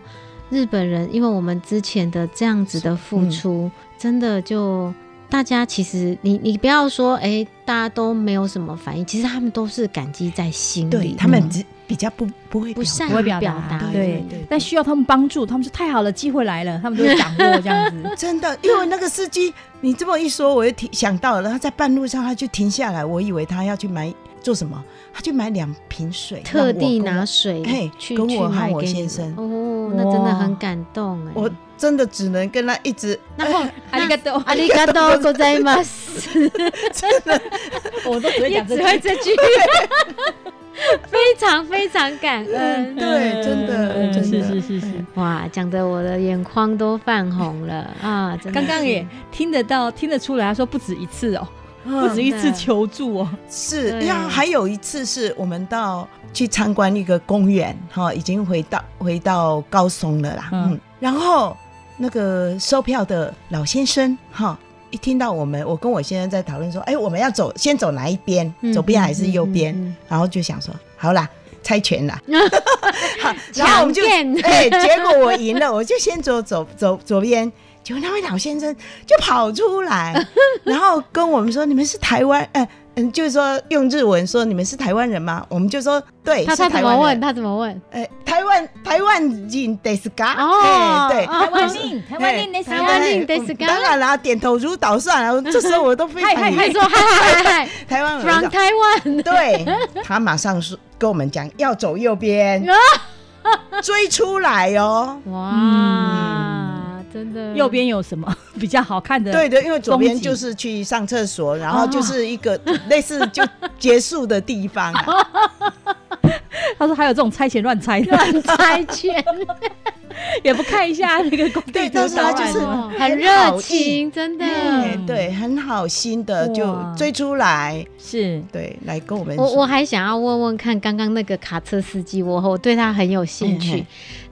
Speaker 4: 日本人，因为我们之前的这样子的付出，
Speaker 5: 嗯
Speaker 4: 真的就大家其实你你不要说哎、诶大家都没有什么反应，其实他们都是感激在心里，
Speaker 5: 对他们
Speaker 4: 嗯
Speaker 5: 只比较不不会
Speaker 4: 不
Speaker 5: 表
Speaker 4: 善啊
Speaker 5: 达
Speaker 3: 不会
Speaker 4: 于
Speaker 3: 表
Speaker 4: 表
Speaker 3: 达
Speaker 4: 达，
Speaker 5: 对。
Speaker 3: 对，但需要他们帮助，他们说太好了，机会来了，他们就会掌握这样子
Speaker 5: 真的，因为那个司机，你这么一说，我又停想到了，他在半路上他就停下来，我以为他要去买做什么，他去买两瓶水，
Speaker 4: 特地
Speaker 5: 让我跟我
Speaker 4: 拿水
Speaker 5: 嘿
Speaker 4: 去
Speaker 5: 跟我
Speaker 4: 去
Speaker 5: 和
Speaker 4: 买
Speaker 5: 我
Speaker 4: 给
Speaker 5: 先
Speaker 4: 你
Speaker 5: 生
Speaker 4: 哦，那真的很
Speaker 3: 哇
Speaker 4: 感动哎、
Speaker 5: 我真的只能跟他一直，
Speaker 4: 然后
Speaker 3: 阿里嘎多，
Speaker 4: 阿里嘎多ございます，
Speaker 3: 我都只会
Speaker 4: 也
Speaker 3: 讲
Speaker 4: 只
Speaker 3: 这
Speaker 4: 会
Speaker 3: 句。
Speaker 4: 这句， 非常非常感恩。
Speaker 5: 嗯对，真的，
Speaker 3: 嗯
Speaker 5: 真
Speaker 3: 是
Speaker 5: 的，
Speaker 3: 是是是，
Speaker 4: 哇，讲的我的眼眶都泛红了啊！真的
Speaker 3: 刚
Speaker 4: 是
Speaker 3: 刚也听得到，听得出来，他说不止一次哦，不止
Speaker 5: 嗯，
Speaker 3: 一次求助哦，
Speaker 5: 是。
Speaker 4: 对
Speaker 5: 然后还有一次是我们到去参观一个公园，哈，已经回到回到高松了啦，
Speaker 3: 嗯
Speaker 5: 嗯，然后那个售票的老先生，哈。一听到我们，我跟我先生在讨论说，哎、我们要走，先走哪一边？
Speaker 4: 嗯
Speaker 5: 左边还是右边？
Speaker 4: 嗯嗯嗯
Speaker 5: 然后就想说，好啦，猜拳 啦，好然后我
Speaker 4: 强
Speaker 5: 们就
Speaker 4: 健
Speaker 5: 哎、结果我赢了，我就先走走走左边， 结果那位老先生就跑出来，然后跟我们说，你们是台湾，哎、嗯，就是说用日文说你们是台湾人吗？我们就说对，
Speaker 4: 他
Speaker 5: 是
Speaker 4: 他怎
Speaker 5: 台
Speaker 4: 么
Speaker 5: 湾
Speaker 4: 问？
Speaker 5: 人。
Speaker 4: 他怎么问？
Speaker 5: 哎，台湾台湾人 d e s
Speaker 4: 哦
Speaker 5: 哎对，
Speaker 4: 哦
Speaker 3: 台湾人，台湾人的
Speaker 5: 台
Speaker 4: 台
Speaker 5: 湾
Speaker 4: 湾
Speaker 5: 人
Speaker 4: 人
Speaker 5: 对
Speaker 4: ですか
Speaker 5: 当然啦，点头如捣蒜啊，这时候我都非常
Speaker 4: 他还
Speaker 5: 以
Speaker 4: 说嗨嗨嗨 嗨
Speaker 5: 台湾
Speaker 4: ，from
Speaker 5: 人，
Speaker 4: Taiwan，
Speaker 5: 对他马上说跟我们讲要走 右边，追出来哦。
Speaker 4: 哇，真的
Speaker 3: 右边有什么 比较好看的？
Speaker 5: 对的，因为左
Speaker 3: 风
Speaker 5: 边
Speaker 3: 景
Speaker 5: 就是去上厕
Speaker 4: 哦
Speaker 5: 所，然后就是一个 类似就结束的地 方啊。
Speaker 4: 哦
Speaker 3: 他说还有这种猜拳乱猜的，
Speaker 4: 乱猜拳，
Speaker 3: 也不看一下那个工地
Speaker 5: 对
Speaker 3: 图
Speaker 5: 但是他啊
Speaker 3: 导
Speaker 5: 就
Speaker 3: 览
Speaker 5: 是
Speaker 3: 哦。
Speaker 4: 很热情，真的。
Speaker 5: 哎对，很好心的就
Speaker 3: 哇
Speaker 5: 追出来，
Speaker 3: 是
Speaker 5: 对，来跟我们
Speaker 4: 我我
Speaker 5: 说。
Speaker 4: 还想要问问看，刚刚那个卡车司机，我我对他很有兴
Speaker 5: 嗯
Speaker 4: 趣
Speaker 5: 嗯。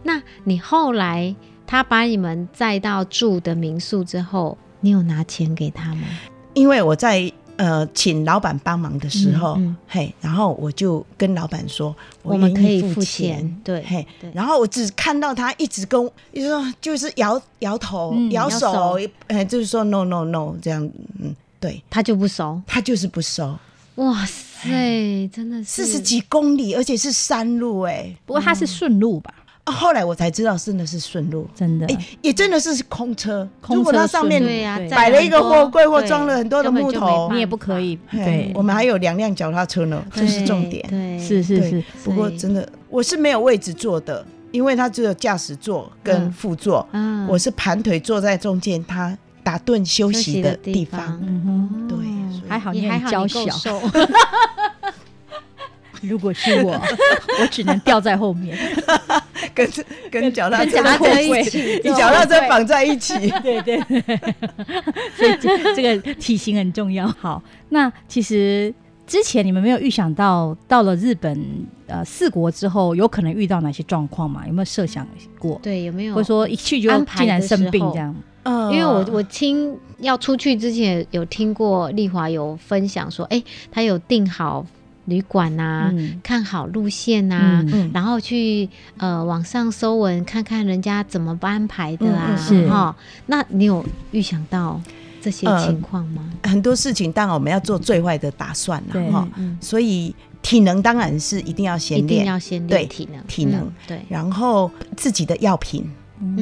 Speaker 4: 那你后来他把你们载到住的民宿之后，你有拿钱给他吗？
Speaker 5: 因为我在呃请老板帮忙的时候，
Speaker 4: 嗯嗯
Speaker 5: 嘿，然后我就跟老板说，
Speaker 4: 我们可
Speaker 5: 愿意
Speaker 4: 以
Speaker 5: 付
Speaker 4: 付钱，对
Speaker 5: 嘿
Speaker 4: 对，
Speaker 5: 然后我只看到他一直跟我，就是说就是摇摇头、
Speaker 3: 嗯
Speaker 5: 摇手，
Speaker 4: 摇
Speaker 5: 哎，就是说 no no no 这样，嗯，对
Speaker 4: 他就不熟。
Speaker 5: 他就是不收，
Speaker 4: 哇塞，真的是
Speaker 5: 四十几公里，而且是山路、哎、
Speaker 3: 不过他是顺路吧？
Speaker 5: 啊后来我才知道真的是顺路，
Speaker 3: 真的
Speaker 5: 哎、也真的是空车，
Speaker 3: 啊空车
Speaker 5: 如果它上面
Speaker 3: 顺路
Speaker 4: 对啊呀、
Speaker 3: 对
Speaker 4: 载
Speaker 5: 摆了一个
Speaker 4: 很多
Speaker 5: 货柜或
Speaker 4: 对
Speaker 5: 装了很多的
Speaker 4: 根本
Speaker 5: 木
Speaker 4: 就
Speaker 5: 头
Speaker 4: 没办法
Speaker 3: 你也不可以
Speaker 5: 嘿
Speaker 3: 对，
Speaker 5: 哎我们还有两辆脚踏车呢，这是重点。
Speaker 4: 对，
Speaker 3: 是是
Speaker 5: 对
Speaker 3: 是，
Speaker 5: 不过
Speaker 4: 所以
Speaker 5: 真的，我是没有位置坐的，因为它只有驾驶座跟
Speaker 4: 嗯
Speaker 5: 副座，
Speaker 4: 嗯
Speaker 5: 我是盘腿坐在中间，他打盹
Speaker 4: 休
Speaker 5: 休息
Speaker 4: 息
Speaker 5: 的
Speaker 4: 的
Speaker 5: 地
Speaker 4: 地
Speaker 5: 方。
Speaker 4: 方。
Speaker 3: 嗯哼，
Speaker 5: 对，
Speaker 4: 哦
Speaker 5: 所以
Speaker 3: 还好
Speaker 4: 也
Speaker 3: 你
Speaker 4: 还
Speaker 3: 很
Speaker 4: 好
Speaker 3: 娇
Speaker 4: 你够
Speaker 3: 小。
Speaker 4: 瘦，
Speaker 3: 如果是我，我只能掉在后面。
Speaker 5: 跟跟脚踏
Speaker 4: 跟
Speaker 5: 车
Speaker 4: 脚踏
Speaker 5: 后
Speaker 4: 车
Speaker 5: 悔，
Speaker 4: 一起
Speaker 5: 你 脚踏车绑在一起。
Speaker 3: 对对对， 所以这这个体型很重要。好，那其实之前你们没有预想到，到了日本呃四国之后，有可能遇到哪些状况吗？有没有设想过？
Speaker 4: 对，有没有？
Speaker 3: 或者说一去就
Speaker 4: 安排
Speaker 3: 竟然
Speaker 4: 的时
Speaker 3: 生病
Speaker 4: 候
Speaker 3: 这样？
Speaker 5: 嗯
Speaker 4: 因为我我听要出去之前有听过丽华有分享说，哎、她有订好旅馆呐、
Speaker 3: 嗯
Speaker 4: 看好路线啊呐、
Speaker 3: 嗯
Speaker 5: 嗯
Speaker 4: 然后去呃网上搜文看看人家怎么安排的啊，
Speaker 5: 嗯嗯
Speaker 3: 是
Speaker 4: 哈。那你有预想到这些
Speaker 5: 呃
Speaker 4: 情况吗？
Speaker 5: 很多事情，当然我们要做最坏的打算
Speaker 3: 对
Speaker 5: 了哈。
Speaker 4: 嗯，
Speaker 5: 所以体能当然是一定要
Speaker 4: 一
Speaker 5: 先
Speaker 4: 定
Speaker 5: 练，
Speaker 4: 要先
Speaker 5: 对
Speaker 4: 练体能，
Speaker 5: 体能
Speaker 4: 嗯对。
Speaker 5: 然后自己的药品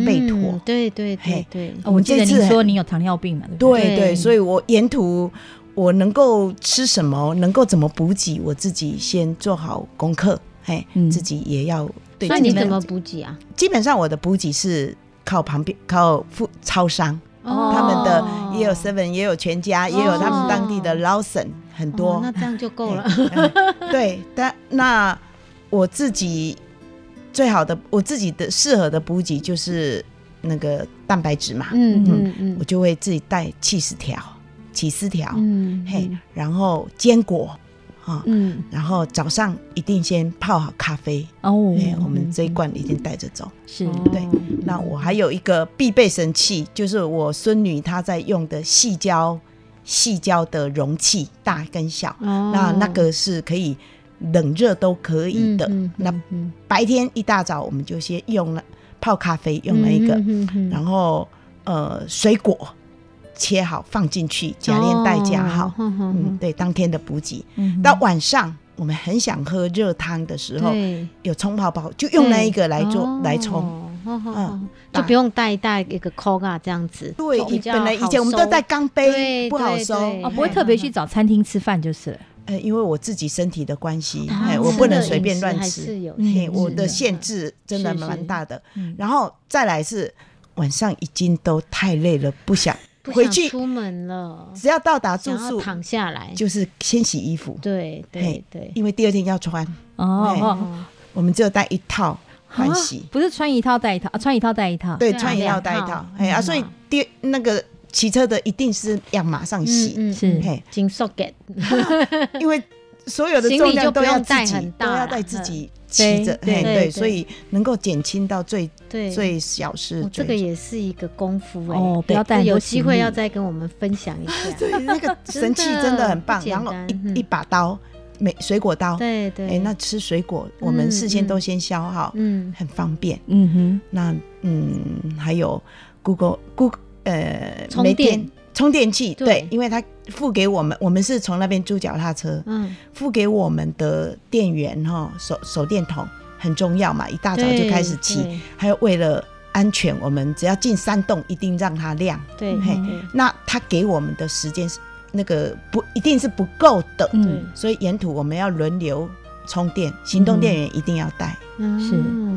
Speaker 5: 备妥。
Speaker 4: 嗯对对对
Speaker 5: 嘿
Speaker 4: 对，
Speaker 3: 哦我记得
Speaker 5: 这次
Speaker 3: 您
Speaker 5: 很
Speaker 3: 说你有糖尿病嘛？对不对？
Speaker 5: 对
Speaker 4: 对
Speaker 5: 对，所以我沿途我能够吃什么，能够怎么补给，我自己先做好功课，嘿，
Speaker 3: 嗯
Speaker 5: 自己也要对。
Speaker 4: 那
Speaker 5: 自己
Speaker 4: 你怎
Speaker 5: 的
Speaker 4: 么？补给啊？
Speaker 5: 基本上我的补给是靠旁边靠附超商，
Speaker 3: 哦
Speaker 5: 他们
Speaker 4: 哦
Speaker 5: 的也有 Seven，也有全家，也有他们当地的 Lawson 很
Speaker 4: 哦
Speaker 5: 多
Speaker 4: 那。这样就够了。
Speaker 5: 嘿嗯对，但那我自己最好的我自己的适合的补给就是那个蛋白质嘛，
Speaker 4: 嗯
Speaker 5: 嗯
Speaker 4: 嗯嗯
Speaker 5: 我就会自己带起司条、起司条，
Speaker 4: 嗯，
Speaker 5: 嘿，然后坚果啊、
Speaker 4: 嗯，
Speaker 5: 然后早上一定先泡好咖啡，
Speaker 3: 哦
Speaker 4: 嗯
Speaker 5: 哎、，我们这一罐一定带着走。
Speaker 3: 是
Speaker 4: 哦
Speaker 5: 对那我还有一个必备神器，就是我孙女她在用的细胶细胶的容器，大跟小，
Speaker 4: 哦
Speaker 5: 那那个是可以冷热都可以的。
Speaker 4: 嗯嗯
Speaker 5: 那
Speaker 4: 嗯嗯
Speaker 5: 白天一大早我们就先用了泡咖啡，用了一个，
Speaker 4: 嗯嗯嗯嗯
Speaker 5: 然后呃水果切好放进去，夹链袋夹好。
Speaker 4: 哦哼哼
Speaker 5: 嗯，
Speaker 4: 哼
Speaker 5: 对，当天的补给。
Speaker 3: 嗯
Speaker 5: 到晚上我们很想喝热汤的时候，
Speaker 4: 对，
Speaker 5: 有冲泡泡，就用那一个来做来冲。
Speaker 4: 嗯 哦，哦哦
Speaker 5: 嗯
Speaker 4: 哦就不用带带一个 Coca 这样子，
Speaker 5: 对
Speaker 4: 就比，较
Speaker 5: 本来以前我们
Speaker 4: 好
Speaker 5: 都
Speaker 4: 收
Speaker 5: 带钢杯，
Speaker 4: 对
Speaker 5: 不好
Speaker 4: 对
Speaker 5: 收。
Speaker 4: 对
Speaker 3: 哦，不会特别去找餐厅吃饭就是了。
Speaker 5: 呃，因为我自己身体的关系，
Speaker 4: 啊
Speaker 5: 哎，
Speaker 3: 吃
Speaker 5: 我不能
Speaker 4: 的
Speaker 5: 随
Speaker 4: 饮
Speaker 5: 便
Speaker 4: 食
Speaker 5: 乱
Speaker 4: 还
Speaker 5: 吃
Speaker 4: 是，有
Speaker 3: 嗯
Speaker 5: 嘿，
Speaker 4: 限
Speaker 5: 我
Speaker 4: 制
Speaker 5: 的限制真的
Speaker 4: 是是
Speaker 5: 蛮大的。
Speaker 3: 嗯
Speaker 5: 然后再来是晚上已经都太累了，不想
Speaker 4: 不
Speaker 5: 回
Speaker 4: 想
Speaker 5: 去，
Speaker 4: 出门了，
Speaker 5: 只要到达住
Speaker 4: 想要
Speaker 5: 宿
Speaker 4: 躺下来，
Speaker 5: 就是先洗衣服，
Speaker 4: 对对
Speaker 5: 嘿
Speaker 4: 对，
Speaker 5: 因为第二天要穿，
Speaker 3: 哦哦，
Speaker 4: 哦
Speaker 5: 我们只有带一套换
Speaker 3: 啊
Speaker 5: 洗。
Speaker 3: 不是穿一套带一套，啊穿一套带一套。
Speaker 5: 对，
Speaker 4: 对啊
Speaker 5: 穿一套
Speaker 4: 两
Speaker 5: 带一
Speaker 4: 套
Speaker 5: 套，哎啊，
Speaker 4: 嗯
Speaker 5: 所以第那个骑车的一定是要马上洗，
Speaker 4: 嗯嗯
Speaker 3: 是
Speaker 5: 嘿，
Speaker 4: 紧 socket，
Speaker 5: 因为所有的
Speaker 4: 行李
Speaker 5: 重量
Speaker 4: 就
Speaker 5: 都
Speaker 4: 不
Speaker 5: 要
Speaker 4: 用
Speaker 5: 自
Speaker 4: 带
Speaker 5: 己
Speaker 4: 很大
Speaker 5: 都要
Speaker 4: 啦
Speaker 5: 带自
Speaker 4: 嗯
Speaker 5: 己骑着，
Speaker 3: 对
Speaker 5: 哎
Speaker 4: 对
Speaker 5: 对，
Speaker 4: 对
Speaker 5: 所以能够减轻到最
Speaker 4: 对，
Speaker 5: 最小是
Speaker 4: 哦这个
Speaker 5: 最
Speaker 4: 也是一个功夫哎，
Speaker 3: 哦，不要带
Speaker 4: 这
Speaker 3: 很多
Speaker 4: 有机
Speaker 3: 行
Speaker 4: 会
Speaker 3: 李
Speaker 4: 要再跟我们分享一下，
Speaker 5: 对那个
Speaker 4: 真
Speaker 5: 神器真的
Speaker 4: 的
Speaker 5: 很
Speaker 4: 不
Speaker 5: 棒，
Speaker 4: 简
Speaker 5: 然后
Speaker 4: 单
Speaker 5: 一
Speaker 4: 嗯
Speaker 5: 一把刀，每水果刀，
Speaker 4: 对对，
Speaker 5: 哎，那吃水果我们
Speaker 4: 嗯
Speaker 5: 事先都
Speaker 4: 嗯
Speaker 5: 先削好，
Speaker 4: 嗯
Speaker 5: 很方便。
Speaker 3: 嗯
Speaker 5: 那嗯，还有 Google Google 呃
Speaker 4: 充
Speaker 5: 没
Speaker 4: 电
Speaker 5: 充电器，
Speaker 4: 对
Speaker 5: 对，因为它付给我们，我们是从那边租脚踏车，
Speaker 4: 嗯，
Speaker 5: 付给我们的店员哈手手电筒很重要嘛，一大早就开始骑，
Speaker 4: 对
Speaker 5: 还有为了安全，我们只要进山洞一定让它亮。
Speaker 4: 对
Speaker 5: 嘿
Speaker 4: 对
Speaker 5: 那他给我们的时间是那个不一定是不够的，
Speaker 4: 对
Speaker 3: 嗯，
Speaker 5: 所以沿途我们要轮流充电，行动电源一定要带，
Speaker 4: 嗯
Speaker 3: 是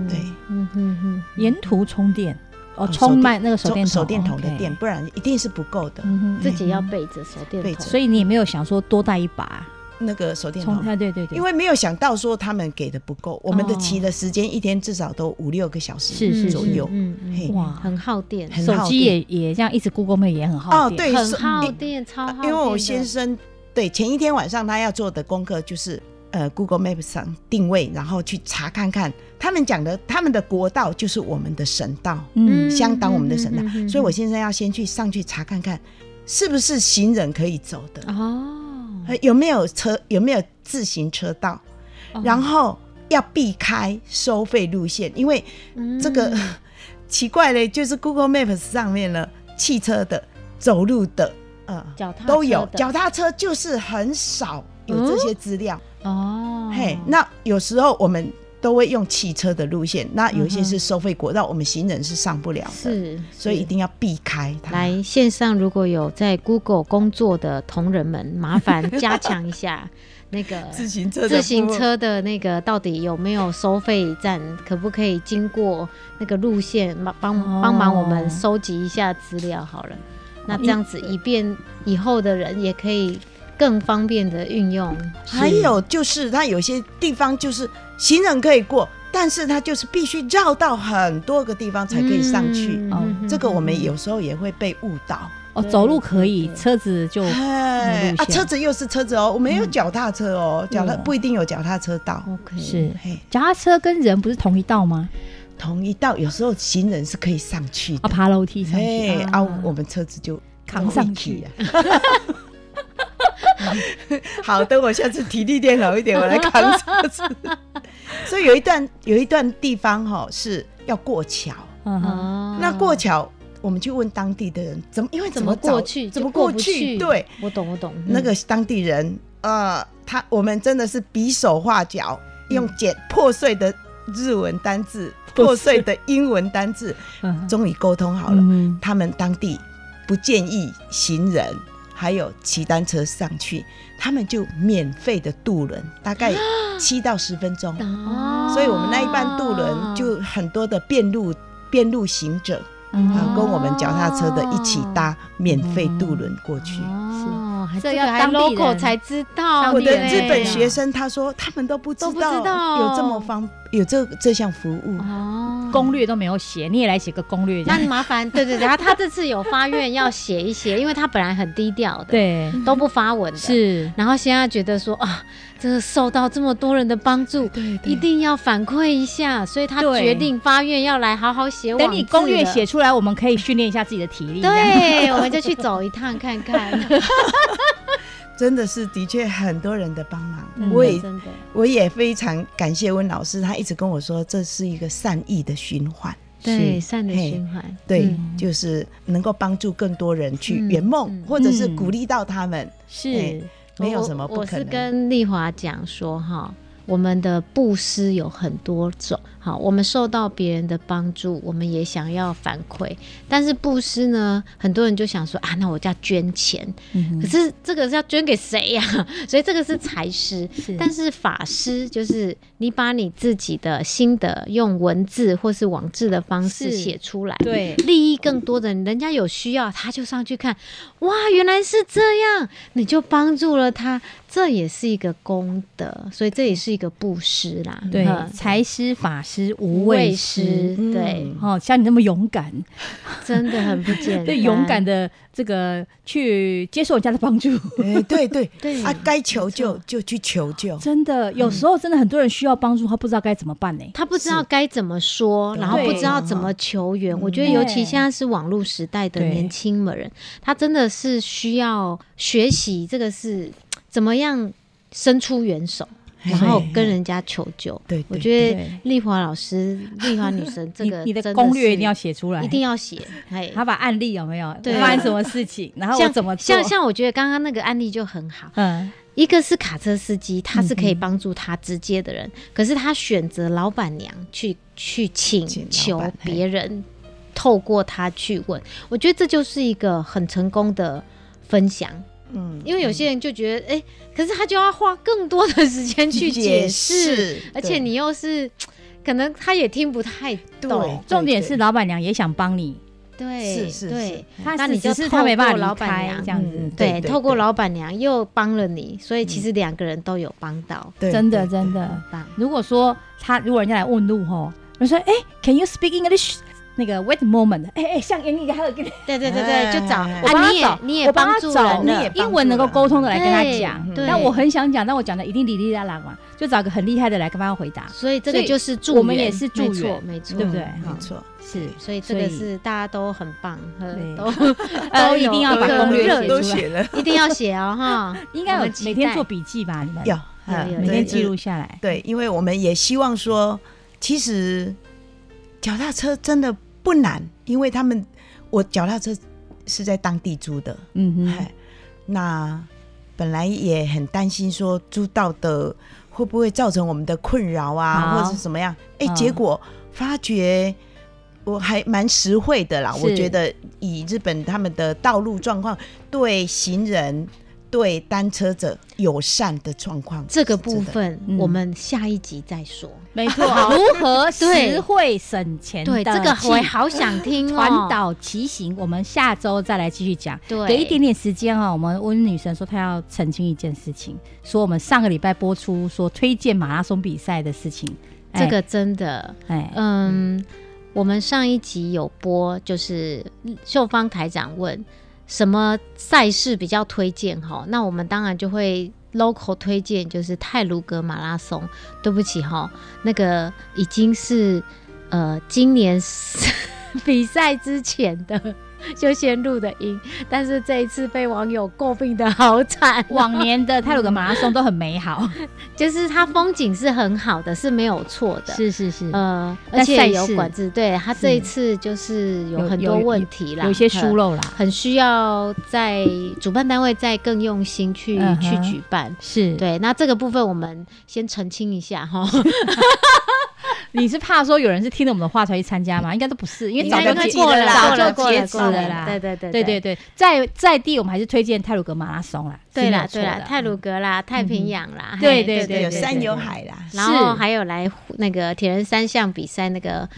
Speaker 5: 对，
Speaker 4: 嗯嗯嗯，
Speaker 3: 沿途充电哦，
Speaker 5: 哦
Speaker 3: 充满那个手
Speaker 5: 手
Speaker 3: 电筒，
Speaker 5: 手电筒的
Speaker 3: OK
Speaker 5: 电，，不然一定是不够的。
Speaker 3: 嗯哼
Speaker 4: 自己要备着手电
Speaker 5: 备
Speaker 4: 筒，
Speaker 5: 着
Speaker 3: 所以你也没有想说多带一把
Speaker 5: 那个手电
Speaker 3: 充，
Speaker 5: 筒，
Speaker 3: 啊对对对，
Speaker 5: 因为没有想到说他们给的不够，我们的骑的时间一天至少都五六个小时，
Speaker 3: 是是
Speaker 5: 左
Speaker 3: 是
Speaker 5: 右
Speaker 4: 嗯嗯
Speaker 5: 嘿
Speaker 4: 嗯，
Speaker 3: 哇
Speaker 4: 很耗电，
Speaker 5: 很
Speaker 3: 手
Speaker 5: 耗
Speaker 3: 机也
Speaker 5: 电
Speaker 3: 也这样一直 Google 妹也很耗
Speaker 5: 哦
Speaker 3: 电，
Speaker 5: 对
Speaker 4: 很
Speaker 5: 手
Speaker 4: 耗
Speaker 5: 因
Speaker 4: 电，超耗
Speaker 5: 因为我
Speaker 4: 电
Speaker 5: 先
Speaker 4: 啊的
Speaker 5: 生对前一天晚上他要做的功课就是。呃，Google Map 上定位，然后去查看看他们讲的，他们的国道就是我们的省道，
Speaker 3: 嗯，
Speaker 5: 相当我们的神
Speaker 4: 嗯嗯嗯
Speaker 5: 呐，
Speaker 4: 嗯
Speaker 5: 所以我现在要先去上去查看看，是不是行人可以走的，
Speaker 4: 哦，
Speaker 5: 呃有没有车，有没有自行车道，
Speaker 4: 哦
Speaker 5: 然后要避开收费路线，因为
Speaker 4: 嗯
Speaker 5: 这个、 奇怪嘞，就是 Google Maps 上面呢，汽车的、走路的，呃，
Speaker 4: 脚踏
Speaker 5: 都有
Speaker 4: 车，的
Speaker 5: 脚踏车就是很少有这些资料。
Speaker 4: 哦，
Speaker 5: 嘿，那有时候我们都会用汽车的路线，那有一些是收费国道，我们行人是上不了的。
Speaker 4: 是，
Speaker 5: 所以
Speaker 4: 是
Speaker 5: 一定要避开它。
Speaker 4: 来线上如果有在 Google 工作的同仁们，麻烦加强一下那个
Speaker 5: 自行车的部
Speaker 4: 自
Speaker 5: 分
Speaker 4: 行车的那个到底有没有收费站，可不可以经过那个路线，帮帮帮忙我
Speaker 5: 哦
Speaker 4: 们收集一下资料好了。那这样子以便以后的人也可以更方便的运用。
Speaker 5: 还有就是，它有些地方就是行人可以过，但是它就是必须绕到很多个地方才可以上去。
Speaker 4: 嗯
Speaker 3: 哦
Speaker 5: 这个我们有时候也会被误导。
Speaker 3: 哦，走路可以，
Speaker 4: 对
Speaker 3: 车子
Speaker 4: 哦
Speaker 3: 就
Speaker 5: 哎
Speaker 3: 路线
Speaker 5: 啊，车子又是车子哦，我
Speaker 4: 嗯
Speaker 5: 们有脚踏车哦，脚踏
Speaker 3: 嗯
Speaker 5: 不一定有脚踏车道。
Speaker 4: OK
Speaker 3: 是
Speaker 5: 嘿，
Speaker 3: 脚踏车跟人不是同一道吗？
Speaker 5: 同一道有时候行人是可以上去
Speaker 4: 哦
Speaker 3: 啊，
Speaker 5: 的。
Speaker 3: 爬楼梯上去
Speaker 5: 嘿，啊，
Speaker 3: 啊
Speaker 4: 嗯
Speaker 5: 我们车子就
Speaker 3: 扛上去
Speaker 5: 啊。 好，等我下次体力练好一点，我来扛 车子。所以有一段有一段地方哈、是要过桥，
Speaker 3: 嗯哼
Speaker 4: 哦
Speaker 5: 那过桥我们去问当地的人怎么，因为
Speaker 4: 怎么
Speaker 5: 找
Speaker 4: 过去？
Speaker 5: 怎
Speaker 4: 就
Speaker 5: 么
Speaker 4: 过
Speaker 5: 过
Speaker 4: 不
Speaker 5: 去？对，，
Speaker 4: 我懂我懂。嗯
Speaker 5: 那个当地人呃，他我们真的是比手画脚，用简破碎的日文单字、破碎的英文单字，
Speaker 3: 嗯哼，
Speaker 5: 终于沟通好了。
Speaker 3: 嗯
Speaker 5: 他们当地不建议行人还有骑单车上去，他们就免费的渡轮，大概七到十分钟。
Speaker 4: 哦
Speaker 5: 所以我们那一班渡轮就很多的遍路遍路行者
Speaker 3: 嗯
Speaker 5: 啊
Speaker 4: 好，
Speaker 5: 跟我们脚踏车的一起搭免费渡轮过去。
Speaker 4: 哦，还
Speaker 3: 这
Speaker 4: 这
Speaker 3: 要
Speaker 4: 个还
Speaker 3: 当地
Speaker 4: local
Speaker 3: 人
Speaker 4: 才知道。
Speaker 5: 我的
Speaker 3: 当地
Speaker 5: 日
Speaker 3: 人
Speaker 5: 本学生他说他们都不知
Speaker 4: 都不知
Speaker 5: 道
Speaker 4: 道
Speaker 5: 有这么方有这这项服务，
Speaker 4: 哦，
Speaker 3: 攻略都没有写，你也来写个攻略这
Speaker 4: 那
Speaker 3: 样，
Speaker 4: 你麻烦对 对对，他他这次有发愿要写一写，因为他本来很低调的，，
Speaker 3: 对，
Speaker 4: 都不发文的。，
Speaker 3: 是
Speaker 4: 然后现在觉得说啊，这个受到这么多人的帮助，
Speaker 5: 对
Speaker 4: 一定要反馈一下，所以他
Speaker 3: 对
Speaker 4: 决定发愿要来好好写网
Speaker 3: 等你攻略
Speaker 4: 志了
Speaker 3: 写啊出来，我们可以训练一下自己的体力。这样，
Speaker 4: 对，我们就去走一趟看看。
Speaker 5: 真的是的确很多人的帮忙，
Speaker 3: 嗯
Speaker 5: 我也
Speaker 4: 真的，
Speaker 5: 我也非常感谢温老师，他一直跟我说这是一个善意的循环，
Speaker 4: 对，
Speaker 3: 是
Speaker 4: 善的
Speaker 5: 嘿
Speaker 4: 循环，
Speaker 5: 对，
Speaker 4: 嗯
Speaker 5: 就是能够帮助更多人去圆梦，
Speaker 4: 嗯嗯嗯
Speaker 5: 或者是鼓励到他们，
Speaker 3: 是
Speaker 5: 哎没有什么
Speaker 4: 我
Speaker 5: 不
Speaker 4: 我
Speaker 5: 可
Speaker 4: 是
Speaker 5: 能。
Speaker 4: 跟丽华讲说哈，我们的布施有很多种，好，我们受到别人的帮助，我们也想要反馈，但是布施呢，很多人就想说啊，那我就要捐钱，
Speaker 3: 嗯
Speaker 4: 可是这个是要捐给谁呀、 所以这个是财施，
Speaker 3: 是
Speaker 4: 但是法师就是你把你自己的心得用文字或是网志的方式
Speaker 3: 是
Speaker 4: 写出来，
Speaker 3: 对
Speaker 4: 利益更多的人，人家有需要，他就上去看，哇，原来是这样，你就帮助了他，这也是一个功德，所以这也是一个布施啦。
Speaker 3: 对
Speaker 4: 嗯
Speaker 3: 财师法师无畏师。
Speaker 5: 嗯
Speaker 4: 对，
Speaker 3: 哦，像你那么勇敢，
Speaker 4: 真的很不简单。
Speaker 3: 对勇敢，的这个去接受人家的帮助，
Speaker 5: 哎，对对
Speaker 4: 对
Speaker 5: 啊，该求救就去求救，
Speaker 3: 真的有时候真的很多人需要帮助，他不知道该怎么办呢。
Speaker 4: 他不知道该怎么说，
Speaker 5: 对
Speaker 4: 然后不知道怎么求援。我觉得，尤其现在是网络时代的
Speaker 3: 嗯对
Speaker 4: 年轻人，他真的是需要学习这个是怎么样伸出援手。然后跟人家求救。
Speaker 5: 对对
Speaker 4: 我觉得
Speaker 3: 哎对
Speaker 4: 丽华老 师、丽华女神这
Speaker 3: 你
Speaker 4: 个
Speaker 3: 你的
Speaker 4: 真
Speaker 3: 攻略
Speaker 4: 是
Speaker 3: 一定要写出来，
Speaker 4: 一定要写，哎，
Speaker 3: 他把案例有没有
Speaker 4: 对
Speaker 3: 发生什么事情，然后我
Speaker 4: 像
Speaker 3: 怎么做
Speaker 4: 像像我觉得刚刚那个案例就很好，
Speaker 3: 嗯
Speaker 4: 一个是卡车司机，他是可
Speaker 3: 嗯
Speaker 4: 以
Speaker 3: 哼
Speaker 4: 帮助他直接的人，可是他选择老板娘去去请
Speaker 5: 请老
Speaker 4: 求
Speaker 5: 板嘿
Speaker 4: 别人透过他去问，我觉得这就是一个很成功的分享。
Speaker 5: 嗯
Speaker 4: 因为有些人就觉得，哎、可是他就要花更多的时间去解 释，，而且你又是，可能他也听不太
Speaker 5: 对
Speaker 4: 懂。
Speaker 3: 重点是老板娘也想帮你，
Speaker 4: 对，
Speaker 5: 是是
Speaker 4: 对，
Speaker 3: 他
Speaker 4: 那
Speaker 3: 只
Speaker 4: 你就
Speaker 3: 只是
Speaker 4: 透
Speaker 3: 他没办
Speaker 4: 过
Speaker 3: 法
Speaker 4: 老
Speaker 3: 离
Speaker 4: 板
Speaker 3: 开
Speaker 4: 娘
Speaker 3: 这样子，
Speaker 5: 嗯对
Speaker 4: 对，
Speaker 5: 对嗯
Speaker 4: 透过
Speaker 5: 对
Speaker 4: 老板娘又帮了你，所以其实两个人都有帮到，
Speaker 5: 对
Speaker 3: 真的
Speaker 5: 对
Speaker 3: 真
Speaker 4: 很
Speaker 3: 的。
Speaker 4: 棒。
Speaker 3: 如果说他如果人家来问路吼，我说哎，Can you speak English？那个 wait a moment，哎哎，像英语还有跟
Speaker 4: 对对对对，就找
Speaker 5: 哎
Speaker 4: 啊
Speaker 3: 我帮他
Speaker 4: 你
Speaker 3: 找
Speaker 4: 也你也
Speaker 3: 我帮
Speaker 4: 帮
Speaker 3: 他
Speaker 4: 助
Speaker 3: 找
Speaker 4: 人
Speaker 5: 你也
Speaker 4: 了，
Speaker 3: 英文能够沟通的来跟他
Speaker 4: 对
Speaker 3: 讲。
Speaker 4: 对
Speaker 3: 但我很想讲，但我讲的一定哩哩啦啦嘛，就找个很厉害的来跟他回答。
Speaker 4: 所以这
Speaker 3: 所
Speaker 4: 个
Speaker 3: 以
Speaker 4: 就是助
Speaker 3: 我们
Speaker 4: 缘
Speaker 3: 也是助
Speaker 4: 没错
Speaker 3: 缘
Speaker 4: 没错，
Speaker 3: 对不对
Speaker 5: 嗯
Speaker 4: 哈
Speaker 5: 没错，
Speaker 3: 是，
Speaker 4: 所以这
Speaker 3: 所
Speaker 4: 个
Speaker 3: 以
Speaker 4: 是大家都很棒，呃
Speaker 3: 对
Speaker 4: 都
Speaker 3: 呃，
Speaker 4: 都
Speaker 3: 一
Speaker 4: 有
Speaker 3: 定要
Speaker 4: 一
Speaker 3: 把
Speaker 4: 个
Speaker 3: 攻略
Speaker 4: 热
Speaker 3: 写
Speaker 5: 都
Speaker 3: 出来，
Speaker 5: 写 了，
Speaker 4: 一定要写哦哈。
Speaker 3: 应该
Speaker 4: 我
Speaker 3: 有
Speaker 4: 们期
Speaker 3: 每天
Speaker 4: 待
Speaker 3: 做笔记吧？你们
Speaker 5: 有
Speaker 4: 有有
Speaker 3: 每
Speaker 4: 对
Speaker 3: 天
Speaker 4: 就
Speaker 3: 记录下来。
Speaker 5: 对，因为我们也希望说，其实脚踏车真的不难，因为他们我脚踏车是在当地租的，
Speaker 3: 嗯哼，
Speaker 5: 哎，那本来也很担心说租到的会不会造成我们的困扰啊，
Speaker 3: 好
Speaker 5: 或者是怎么样？哎、
Speaker 3: 嗯
Speaker 5: 结果发觉我还蛮实惠的啦。
Speaker 3: 是
Speaker 5: 我觉得以日本他们的道路状况，对行人、对单车者友善的状况，
Speaker 4: 这个
Speaker 5: 是真
Speaker 4: 部
Speaker 5: 的
Speaker 4: 分
Speaker 3: 嗯
Speaker 4: 我们下一集再说。
Speaker 3: 没错，如何实惠省钱的
Speaker 4: 对，这个
Speaker 3: 技
Speaker 4: 我也好想听 哦
Speaker 3: 传。导骑行，我们下周再来继续讲。
Speaker 4: 对，
Speaker 3: 给一点点时间哦哈、我们温女神说她要澄清一件事情，说我们上个礼拜播出说推荐马拉松比赛的事情，
Speaker 4: 这个真的，
Speaker 3: 哎，哎
Speaker 4: 嗯，我们上一集有播，就是秀芳台长问什么赛事比较推荐哈，那我们当然就会 local 推荐，就是泰鲁格马拉松。对不起哈，那个已经是呃今年呃比赛之前的。就先录的音，但是这一次被网友诟病的好惨 哦，
Speaker 3: 往年的泰鲁格马拉松都很美好，
Speaker 4: 就是它风景是很好的， 是没有错的。
Speaker 3: 是是是，
Speaker 4: 呃，
Speaker 3: 但
Speaker 4: 而且
Speaker 3: 嗯赛
Speaker 4: 有
Speaker 3: 事嗯
Speaker 4: 管制，对他这一次就是有
Speaker 3: 有
Speaker 4: 很
Speaker 3: 有
Speaker 4: 多问题啦，
Speaker 3: 有一些
Speaker 4: 很
Speaker 3: 疏，漏啦，
Speaker 4: 很需要在主办单位再更用心去、
Speaker 3: 嗯
Speaker 4: 去
Speaker 3: 哼
Speaker 4: 举办。
Speaker 3: 是，
Speaker 4: 对，那这个部分我们先澄清一下哈，
Speaker 3: 你是怕说有人是听了我们的话才去参加吗？应该都不是，因为
Speaker 5: 应
Speaker 3: 早就
Speaker 5: 该都
Speaker 3: 结
Speaker 5: 过了啦
Speaker 3: 早就
Speaker 4: 过
Speaker 3: 截
Speaker 4: 了
Speaker 3: 止
Speaker 4: 过了
Speaker 3: 了啦，
Speaker 4: 对对对
Speaker 3: 对对对，在在地我们还是推荐泰鲁格马拉松啦，是
Speaker 4: 对
Speaker 3: 没有
Speaker 4: 啦对
Speaker 3: 错
Speaker 4: 啦，
Speaker 3: 的
Speaker 4: 泰鲁格啦，太平洋啦，
Speaker 3: 对
Speaker 4: 嘿
Speaker 3: 对
Speaker 5: 对对，有
Speaker 3: 对
Speaker 5: 山
Speaker 3: 对
Speaker 5: 有海啦，
Speaker 4: 然后
Speaker 3: 是
Speaker 4: 还有来湖那个铁人三项比赛那个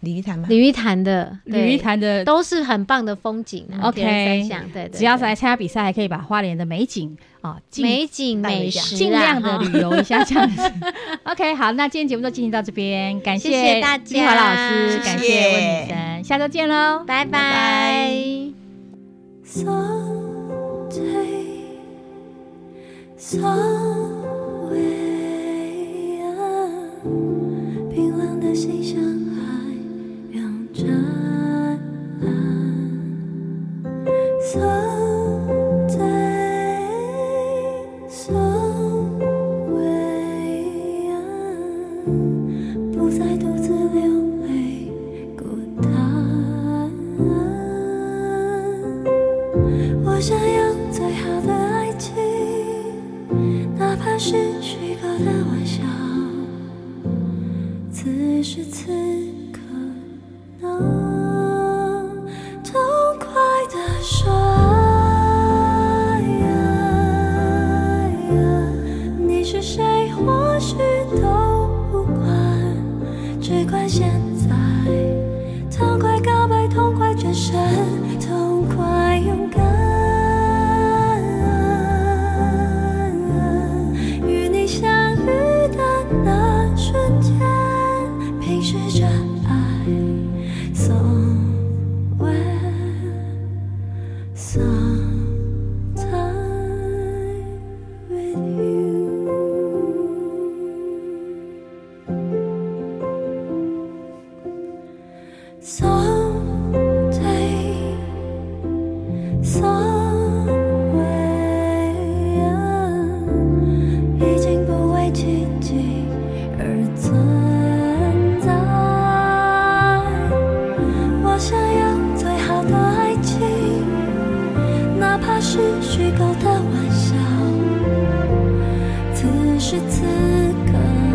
Speaker 5: 鲤鱼潭吗？
Speaker 4: 鲤鱼潭的
Speaker 3: 鲤鱼
Speaker 4: 对
Speaker 3: 潭嗯的
Speaker 4: 都是很棒的风景啊
Speaker 3: OK
Speaker 4: 铁人三项对对，对
Speaker 3: 只要是来参加比赛，还可以把花莲的美景啊，尽
Speaker 4: 美景
Speaker 5: 带
Speaker 4: 美
Speaker 5: 一下
Speaker 4: 食啦，啊
Speaker 3: 尽量的
Speaker 4: 哈
Speaker 3: 旅游一下这样 子。OK，好，那今天节目就进行到这边，感
Speaker 4: 谢谢大
Speaker 3: 丽华老师，
Speaker 4: 家
Speaker 3: 感
Speaker 5: 谢
Speaker 3: 谢
Speaker 5: 谢
Speaker 3: 温女神，下周见喽，
Speaker 4: 拜拜。
Speaker 6: Someday, somewhere，冰冷的心像海洋湛蓝。Someday, somewhere，不再独自流泪孤单。我想要最好的爱情，哪怕是虚构的玩笑。此时此刻，能痛快地说爱你是谁，或许都无关，只管现在。痛快告白，痛快转身，痛快勇敢。与你相遇的那瞬间，平视着爱，somewhere, sometime with you. Someday, somewhere，已经不为期待是虚构的玩笑。此时此刻。